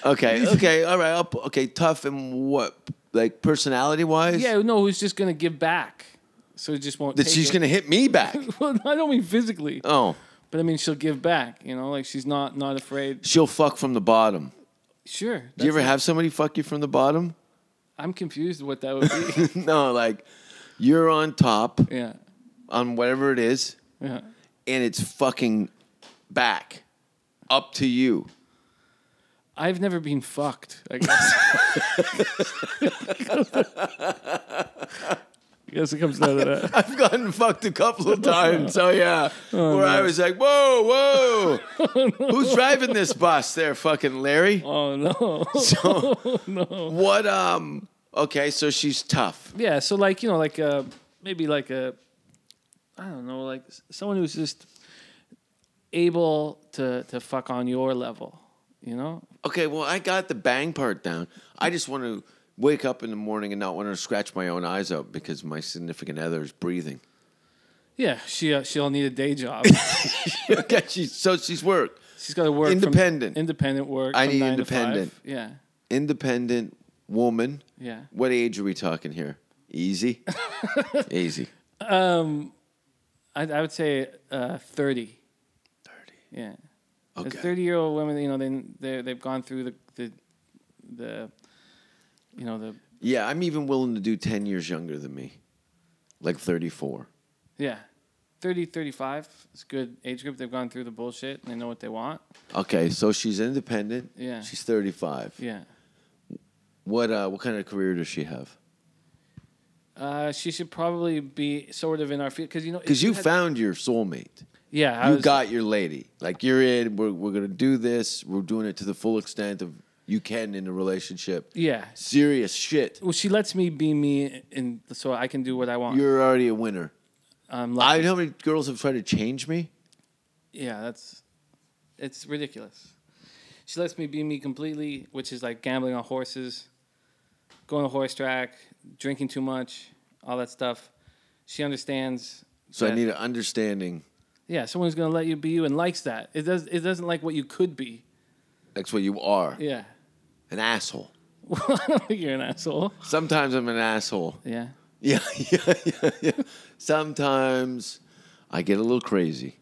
S5: Okay, okay, all right. I'll, pu- okay, tough and what? Like personality wise?
S6: yeah, no, who's just gonna give back. So it just won't
S5: That
S6: take
S5: she's
S6: it.
S5: going to hit me back.
S6: well, I don't mean physically,
S5: Oh,
S6: but I mean she'll give back. You know, like she's not not afraid.
S5: she'll fuck from the bottom.
S6: Sure.
S5: Do you
S6: that's
S5: ever
S6: it.
S5: have somebody fuck you from the bottom?
S6: I'm confused what that would
S5: no, like you're on top
S6: be. yeah.
S5: on whatever it is,
S6: Yeah.
S5: and it's fucking back up to you.
S6: I've never been fucked, I guess. I guess it comes down to that.
S5: I've gotten fucked a couple of times. So yeah, where I was like, whoa, whoa, who's driving this bus there, fucking Larry?
S6: Oh no.
S5: What? Um. Okay, so she's tough.
S6: Yeah, so like you know, like uh, maybe like a, I don't know, like s- someone who's just able to to fuck on your level, you know?
S5: Okay, well, I got the bang part down. I just want to wake up in the morning and not want to scratch my own eyes out because my significant other is breathing.
S6: Yeah, she uh, she'll need a day job.
S5: okay, she's so she's work
S6: She's got to work from-
S5: Independent.
S6: independent work.
S5: I
S6: from
S5: need
S6: nine to five.
S5: independent.
S6: Yeah,
S5: independent woman.
S6: yeah.
S5: What age are we talking here? Easy, easy.
S6: I, I would say uh, thirty. Thirty. Yeah.
S5: Okay.
S6: Thirty-year-old women, you know, they they they've gone through the the the, you know the
S5: Yeah, I'm even willing to do 10 years younger than me, like 34.
S6: yeah. 30, 35 is a good age group. They've gone through the bullshit and they know what they want.
S5: Okay, so she's independent.
S6: Yeah.
S5: She's 35.
S6: Yeah.
S5: What uh, what kind of career does she have?
S6: Uh, she should probably be sort of in our field because you know if
S5: Because
S6: she
S5: you
S6: had-
S5: found your soulmate.
S6: yeah I
S5: You
S6: was-
S5: got your lady. Like you're in. We're we're gonna do this. We're doing it to the full extent of you can in a relationship.
S6: yeah
S5: Serious shit.
S6: well she lets me be me and so I can do what I want Um,
S5: You're already a winner.
S6: I'm
S5: I
S6: lucky.
S5: know how many girls have tried to change me.
S6: yeah that's it's ridiculous she lets me be me completely which is like gambling on horses going to horse track drinking too much all that stuff she understands
S5: So I
S6: that-
S5: need an understanding.
S6: yeah someone who's gonna let you be you and likes that it does it doesn't like what you could be
S5: That's what you are.
S6: yeah
S5: An asshole.
S6: well I don't think you're an asshole
S5: Sometimes I'm an asshole.
S6: yeah
S5: Yeah, yeah, yeah, yeah. Sometimes I get a little crazy.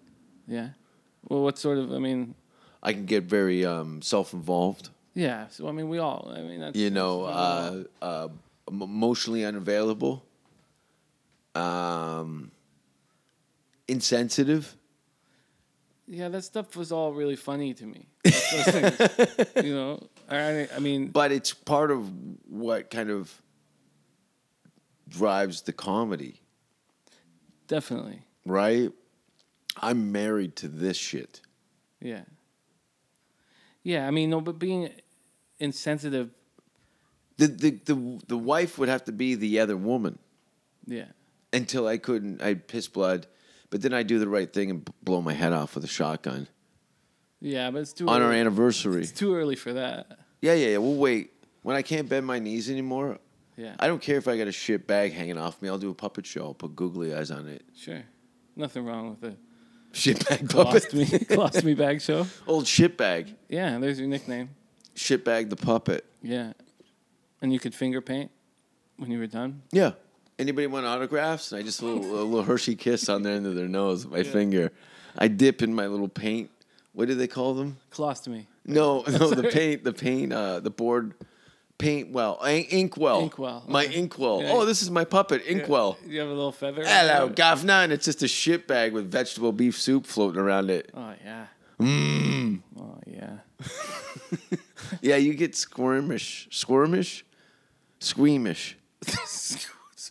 S6: yeah well what sort of I mean
S5: I can get very um, self-involved.
S6: Yeah. So I mean, we all. I mean, that's
S5: You know, uh, uh, em- emotionally unavailable, um, insensitive.
S6: yeah, that stuff was all really funny to me. Those things, you know, I, I mean,
S5: But it's part of what kind of drives the comedy,
S6: definitely.
S5: right? I'm married to this shit.
S6: Yeah. Yeah, I mean, no, but being insensitive.
S5: The the the the wife would have to be the other woman.
S6: Yeah.
S5: until I couldn't. I piss blood, but then I do the right thing and b- blow my head off with a shotgun
S6: Yeah, but it's too
S5: on our
S6: early.
S5: anniversary.
S6: It's too early for that.
S5: Yeah, yeah, yeah. We'll wait. When I can't bend my knees anymore,
S6: Yeah.
S5: I don't care if I got a shit bag hanging off me. I'll do a puppet show. I'll put googly eyes on it.
S6: Sure. Nothing wrong with it.
S5: Shit bag
S6: Lost
S5: puppet.
S6: me, lost me bag show.
S5: Old shit bag.
S6: Yeah, there's your nickname.
S5: Shit bag the puppet.
S6: Yeah, and you could finger paint when you were done.
S5: Yeah. Anybody want autographs? And I just a little, a little Hershey kiss on the end of their nose, with my finger. I dip in my little paint. What do they call them?
S6: Colostomy.
S5: No, no, the paint, the paint, uh, the board paint well, in- inkwell.
S6: Inkwell,
S5: My
S6: okay.
S5: inkwell.
S6: Yeah.
S5: Oh, this is my puppet, inkwell.
S6: You have a little feather.
S5: Hello, Governor, and it's just a shit bag with vegetable beef soup floating around it.
S6: Oh yeah.
S5: Mmm.
S6: Oh yeah.
S5: Yeah, you get squirmish, squirmish, squeamish,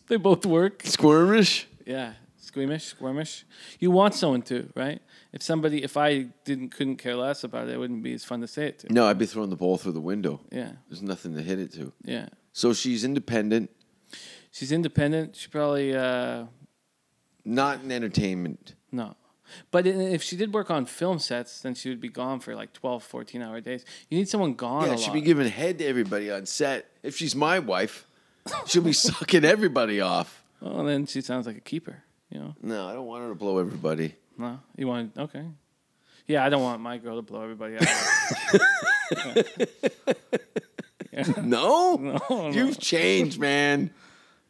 S6: they both work.
S5: squirmish.
S6: Yeah, squeamish, squirmish. You want someone to, right? If somebody, if I didn't, couldn't care less about it, it wouldn't be as fun to say it to.
S5: No, I'd be throwing the ball through the window.
S6: Yeah,
S5: There's nothing to hit it to.
S6: yeah.
S5: So she's independent,
S6: She's independent. She probably uh,
S5: not in entertainment.
S6: no. But i- if she did work on film sets, then she would be gone for like 12, 14 hour days. You need someone gone
S5: Yeah,
S6: a
S5: she'd
S6: lot.
S5: be giving head to everybody on set. If she's my wife, she'll be sucking everybody off.
S6: well, then she sounds like a keeper. You know?
S5: No, I don't want her to blow everybody.
S6: No, you want okay. Yeah, I don't want my girl to blow everybody out.
S5: No?
S6: Oh,
S5: You've changed, man.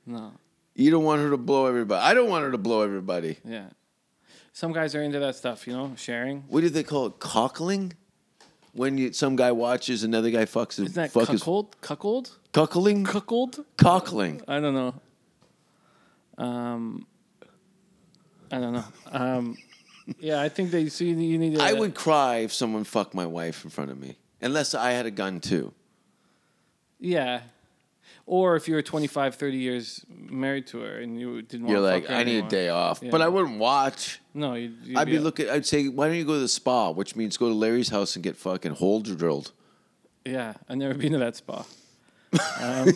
S6: no.
S5: You don't want her to blow everybody. I don't want her to blow everybody.
S6: Yeah. Some guys are into that stuff, you know, sharing.
S5: What do they call it? Cockling? When you, some guy watches another guy fucks his
S6: Isn't that
S5: fuck his
S6: cuckold? Cuckold?
S5: Cuckling?
S6: Cuckold?
S5: Cockling.
S6: I don't know. Um, I don't know. Um, yeah, I think they see you need. to
S5: I would cry if someone fucked my wife in front of me, unless I had a gun too.
S6: Yeah. Or if you were 25, 30 years married to her and you didn't want
S5: You're
S6: to
S5: like,
S6: fuck her
S5: I need a
S6: anymore.
S5: day off,
S6: Yeah.
S5: but I wouldn't watch.
S6: No, you'd, you'd
S5: I'd be
S6: a-
S5: looking. I'd say, why don't you go to the spa? Which means go to Larry's house and get fucking hole drilled.
S6: Yeah, I've never been to that spa.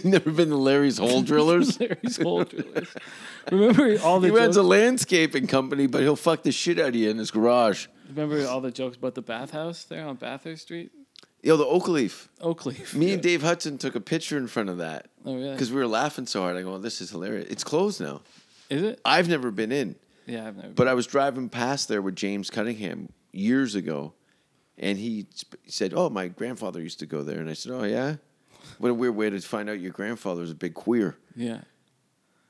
S5: Never been to Larry's hole drillers.
S6: Larry's hole drillers. Remember all the
S5: he runs
S6: jokes,
S5: a landscaping company, but he'll fuck the shit out of you in his garage.
S6: remember all the jokes about the bathhouse there on Bathurst Street,
S5: Yo, the oak leaf.
S6: Oakleaf.
S5: Me and Dave Hudson took a picture in front of that
S6: Oh, really?
S5: because we were laughing so hard. I go, this is hilarious. It's closed now.
S6: Is it?
S5: I've never been in.
S6: Yeah, I've never.
S5: But I was driving past there with James Cunningham years ago, and he sp- said, "Oh, my grandfather used to go there." And I said, "Oh yeah." What a weird way to find out your grandfather was a big queer.
S6: been. yeah.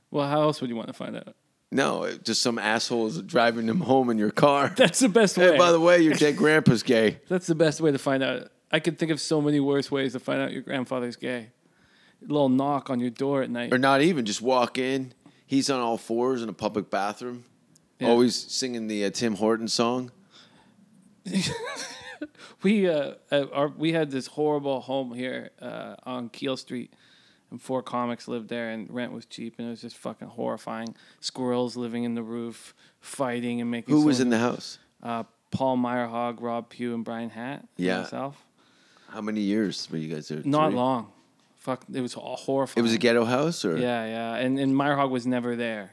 S6: Well, how else would you want to find out?
S5: No, it- just some assholes driving him home in your car.
S6: That's the best
S5: hey,
S6: way.
S5: by the way, your dead grandpa's gay.
S6: That's the best way to find out. I could think of so many worse ways to find out your grandfather's gay. little knock on your door at night.
S5: Or not even, just walk in. He's on all fours in a public bathroom,
S6: Yeah.
S5: always singing the uh, Tim Horton song.
S6: We uh, uh, our, we had this horrible home here uh, on Keel Street, and four comics lived there, and rent was cheap, and it was just fucking horrifying. Squirrels living in the roof, fighting and making.
S5: Who was in the house?
S6: Uh, Paul Meyerhog, Rob Pugh, and Brian Hatt. and
S5: Yeah.
S6: Myself.
S5: How many years were you guys there?
S6: Not
S5: Three?
S6: long. Fuck. It was all
S5: It
S6: horrifying.
S5: was a ghetto house, or
S6: Yeah, yeah, and and Meyerhog was never there.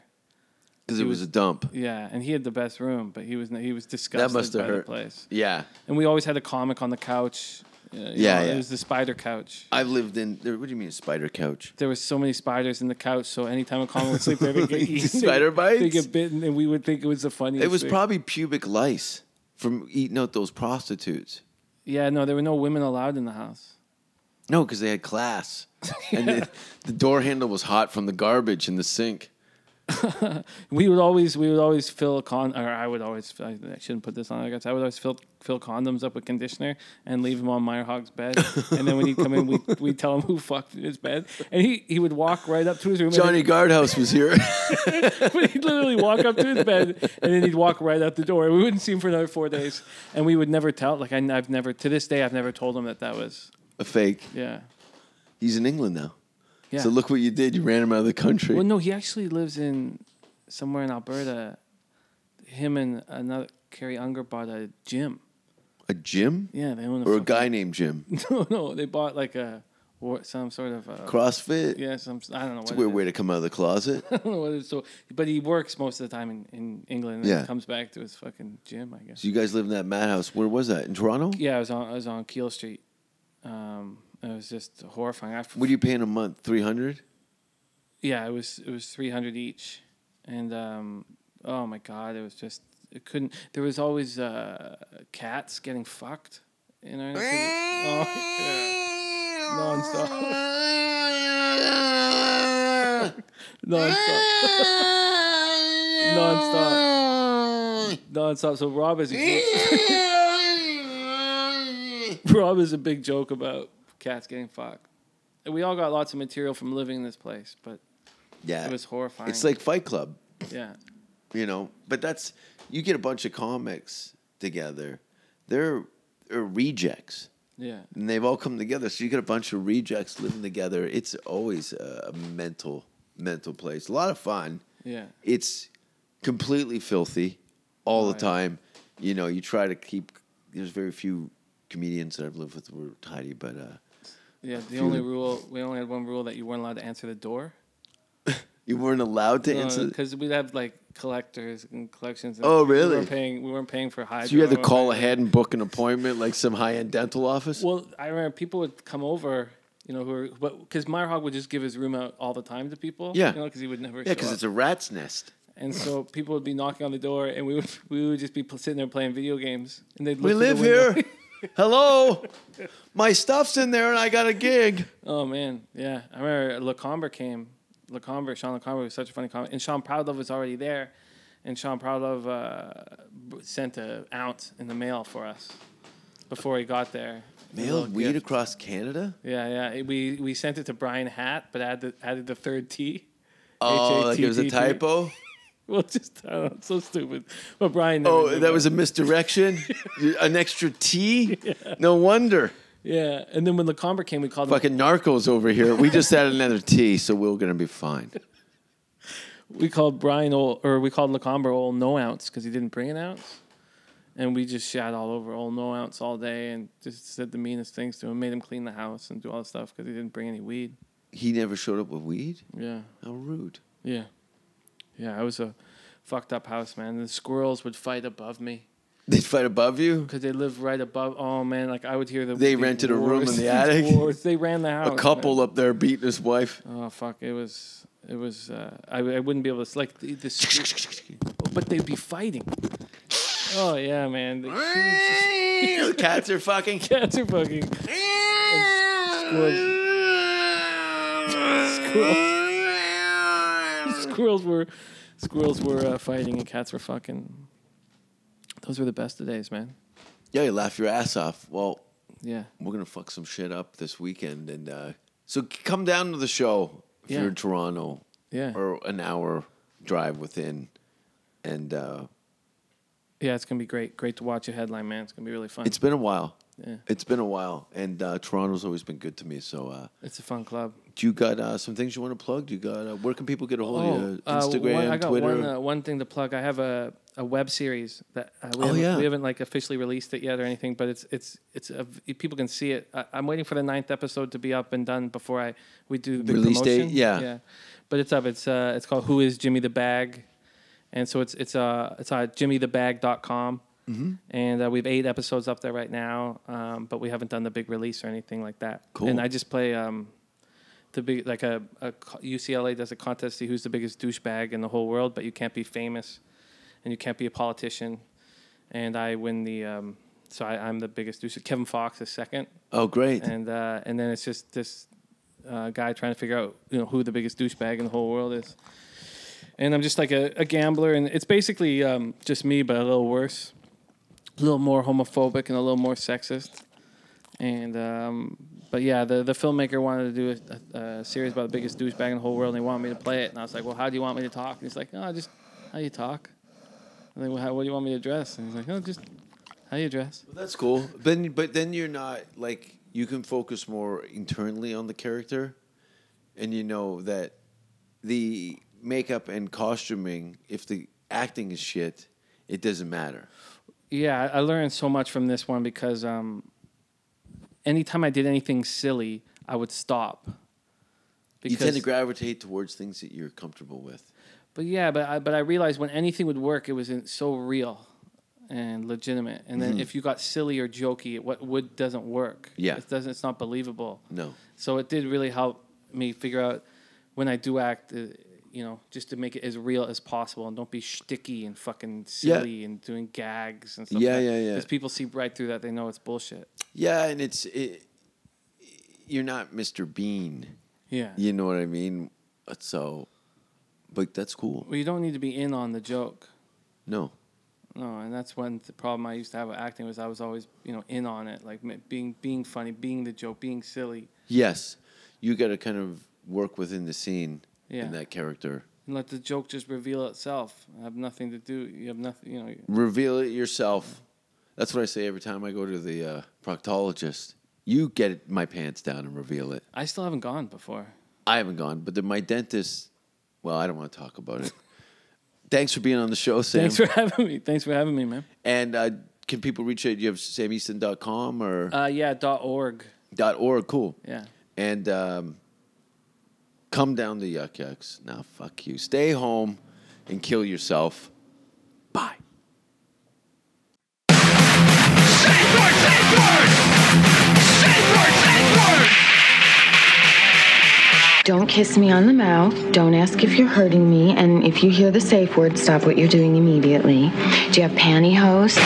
S5: because it was a dump.
S6: Yeah, and he had the best room, but he was he was disgusted
S5: must have
S6: by the
S5: hurt.
S6: place.
S5: Yeah,
S6: And we always had a comic on the couch. uh, you
S5: Yeah,
S6: know,
S5: yeah.
S6: It was the spider couch.
S5: I've lived in. There, what do you mean, a spider couch?
S6: There was so many spiders in the couch, so anytime a comic would sleep there, they get eaten.
S5: Spider bites?
S6: They get bitten, and we would think it was the funniest.
S5: It was
S6: thing.
S5: probably pubic lice from eating out those prostitutes.
S6: yeah. No, there were no women allowed in the house.
S5: No, because they had class, and the, the door handle was hot from the garbage in the sink.
S6: We would always we would always fill con or I would always I I shouldn't put this on I guess I would always fill fill condoms up with conditioner and leave them on Meyerhog's bed and then when he'd come in we we tell him who fucked in his bed and he, he would walk right up to his room and
S5: Johnny Guardhouse was here.
S6: But he'd literally walk up to his bed and then he'd walk right out the door. We wouldn't see him for another four days, and we would never tell. Like I, have never to this day, I've never told him that that was.
S5: a fake.
S6: Yeah,
S5: He's in England now.
S6: yeah.
S5: So look what you did. You ran him out of the country.
S6: Well, no, he actually lives in somewhere in Alberta. Him and another Carrie Unger bought a gym.
S5: A Jim
S6: Yeah, they own a
S5: or a
S6: fucking-
S5: guy named Jim.
S6: No, no, they bought like a or some sort of a,
S5: CrossFit.
S6: yeah, some I don't know what.
S5: It's a
S6: it
S5: weird
S6: is.
S5: way to come out of the closet.
S6: I don't know what it is. So, but he works most of the time in, in England. And
S5: Yeah.
S6: yeah, comes back to his fucking gym, I guess.
S5: So you guys live in that madhouse. Where was that? In Toronto?
S6: Yeah, I was on I was on Keel Street. Um, it was just horrifying. I, f-
S5: What are you paying a month? Three hundred.
S6: yeah, it was it was three hundred each, and um, oh my god, it was just it couldn't. There was always uh, cats getting fucked. You know, 'cause it- oh, yeah. nonstop, nonstop, nonstop, nonstop. So Rob is Rob is a big joke about cats getting fucked. And we all got lots of material from living in this place, but
S5: Yeah,
S6: It was horrifying.
S5: It's like Fight Club,
S6: yeah.
S5: you know. But that's you get a bunch of comics together. They're, they're rejects,
S6: Yeah.
S5: and they've all come together. So you get a bunch of rejects living together. It's always a mental mental place. A lot of fun.
S6: Yeah.
S5: It's completely filthy all the
S6: Right.
S5: time. You know, you try to keep. There's very few comedians that I've lived with who were tidy, but uh,
S6: Yeah. The only rule we only had one rule that you weren't allowed to answer the door.
S5: you weren't allowed to answer.
S6: Because we'd have like collectors and collections. And
S5: Oh,
S6: We
S5: really?
S6: weren't paying. We weren't paying for high.
S5: So you had to call ahead and book an appointment, like some high end dental office.
S6: Well, I remember people would come over. You know, who were because Meyerhog would just give his room out all the time to people.
S5: Yeah.
S6: You know, because he would never.
S5: yeah, because it's a rat's nest.
S6: And so people would be knocking on the door, and we would we would just be pl- sitting there playing video games, and they'd look
S5: We
S6: through the
S5: live
S6: window.
S5: here. Hello, my stuff's in there, and I got a gig.
S6: Oh man, yeah. I remember Lacomber came. Lacomber, Sean Lacomber was such a funny comic, and Sean Proudlove was already there, and Sean Proudlove uh, b- sent an ounce in the mail for us before he got there.
S5: Mailed
S6: little
S5: weed
S6: gift.
S5: across Canada?
S6: Yeah, yeah. It- we we sent it to Brian Hat, but added added the third T.
S5: Oh, like it was a
S6: H-A-T-T-T.
S5: typo?
S6: Well, just I don't know, it's so stupid. But Brian. never
S5: Oh,
S6: knew
S5: that was a
S6: it.
S5: misdirection? An extra T? No wonder.
S6: yeah. And then when Lacombe came, we called him.
S5: Fucking narcos over here. We just added another T, so we're going to be fine.
S6: We called Brian old, or we called Lacombe old no ounce because he didn't bring an ounce, and we just shat all over old no ounce all day and just said the meanest things to him, made him clean the house and do all the stuff because he didn't bring any weed.
S5: He never showed up with weed?
S6: Yeah.
S5: How rude.
S6: Yeah. Yeah, I was a fucked up house, man. The squirrels would fight above me
S5: They'd fight above you?
S6: because they lived right above. Oh, man. Like, I would hear the.
S5: They
S6: the
S5: rented a room in
S6: wars-
S5: the attic?
S6: wars. They ran the house.
S5: A
S6: man.
S5: couple up there beating his wife.
S6: Oh, fuck. It was. It was. Uh, I, I wouldn't be able to. Like, the, the sque- But they'd be fighting. Oh, yeah, man. The
S5: Cats are fucking.
S6: cats are fucking. Squirrels, squirrels were. Squirrels were uh, fighting and cats were fucking. Those were the best of days, man.
S5: Yeah, you laugh your ass off. Well,
S6: Yeah.
S5: we're gonna fuck some shit up this weekend, and uh, so c- come down to the show if
S6: Yeah.
S5: you're in Toronto
S6: Yeah.
S5: or an hour drive within, and uh,
S6: Yeah, it's gonna be great. Great to watch a headline, man. It's gonna be really fun.
S5: it's
S6: It's,
S5: been a while.
S6: Yeah.
S5: It's been a while, and uh, Toronto's always been good to me. So, uh,
S6: a fun club.
S5: do you got uh, some things you want to plug? Do you got uh, where can people get a hold of you?
S6: uh,
S5: Instagram,
S6: one, I got
S5: Twitter.
S6: one uh, one thing to plug. I have a, a web series that uh, we,
S5: Oh,
S6: haven't,
S5: yeah.
S6: we haven't like officially released it yet or anything, but it's it's it's a, people can see it. I, I'm waiting for the ninth episode to be up and done before I we do the
S5: Release date?
S6: promotion.
S5: Yeah.
S6: yeah. But it's up. It's uh it's called Who Is Jimmy the Bag, and so it's it's uh it's uh, jimmythebag.com. Mm-hmm. And uh, we have eight episodes up there right now, um, but we haven't done the big release or anything like that.
S5: Cool.
S6: And I just play um, the big like a, a co- UCLA does a contest to see who's the biggest douchebag in the whole world, but you can't be famous, and you can't be a politician, and I win the um, so I, I'm the biggest douche. Kevin Fox is second,
S5: oh, great!
S6: and uh, and then it's just this uh, guy trying to figure out you know who the biggest douchebag in the whole world is, and I'm just like a, a gambler, and it's basically um, just me but a little worse, a little more homophobic and a little more sexist, and um, but yeah, the the filmmaker wanted to do a, a, a series about the biggest douchebag in the whole world, and he wanted me to play it, and I was like, well, how do you want me to talk? And he's like, no, just how you talk. I'm like, well, how, what do you want me to dress? And he's like, oh, just how you dress.
S5: That's cool. Then, but then you're not like you can focus more internally on the character, and you know that the makeup and costuming, if the acting is shit, it doesn't matter.
S6: yeah, I I learned so much from this one because um, anytime I did anything silly, I would stop.
S5: You tend to gravitate towards things that you're comfortable with.
S6: But yeah, but I, but I realized when anything would work, it was in, so real and legitimate. And then if you got silly or jokey, what would doesn't work.
S5: Mm-hmm. Yeah.
S6: it doesn't. It's not believable.
S5: No.
S6: So it did really help me figure out when I do act, uh, you know, just to make it as real as possible and don't be shticky and fucking silly and doing gags and stuff.
S5: Yeah,
S6: like
S5: yeah, yeah.
S6: Because people see right through that, they know it's bullshit.
S5: Yeah, and it's it, you're not Mr. Bean.
S6: Yeah.
S5: You know what I mean? So, but that's cool.
S6: Well, you don't need to be in on the joke.
S5: No.
S6: No, and that's one th- problem I used to have with acting was I was always, you know, in on it, like ma- being being funny, being the joke, being silly,
S5: Yes, you got to kind of work within the scene
S6: Yeah.
S5: and that character.
S6: and let the joke just reveal itself. I have nothing to do. You have nothing, you know.
S5: reveal it yourself. That's what I say every time I go to the uh, proctologist. You get my pants down and reveal it.
S6: I still haven't gone before.
S5: I haven't gone, but the, my dentist. Well, I don't want to talk about it. Thanks for being on the show, Sam.
S6: Thanks for having me. Thanks for having me, man.
S5: and uh, can people reach out? Do you have sameaston.com or
S6: Uh, yeah, dot org.
S5: dot .org? Cool.
S6: Yeah.
S5: And um, come down to Yuck Yucks. Now, fuck you. Stay home and kill yourself. Bye.
S3: Safe word, safe word! Safe word, safe word!
S7: Don't kiss me on the mouth. Don't ask if you're hurting me. And if you hear the safe word, stop what you're doing immediately. Do you have pantyhose?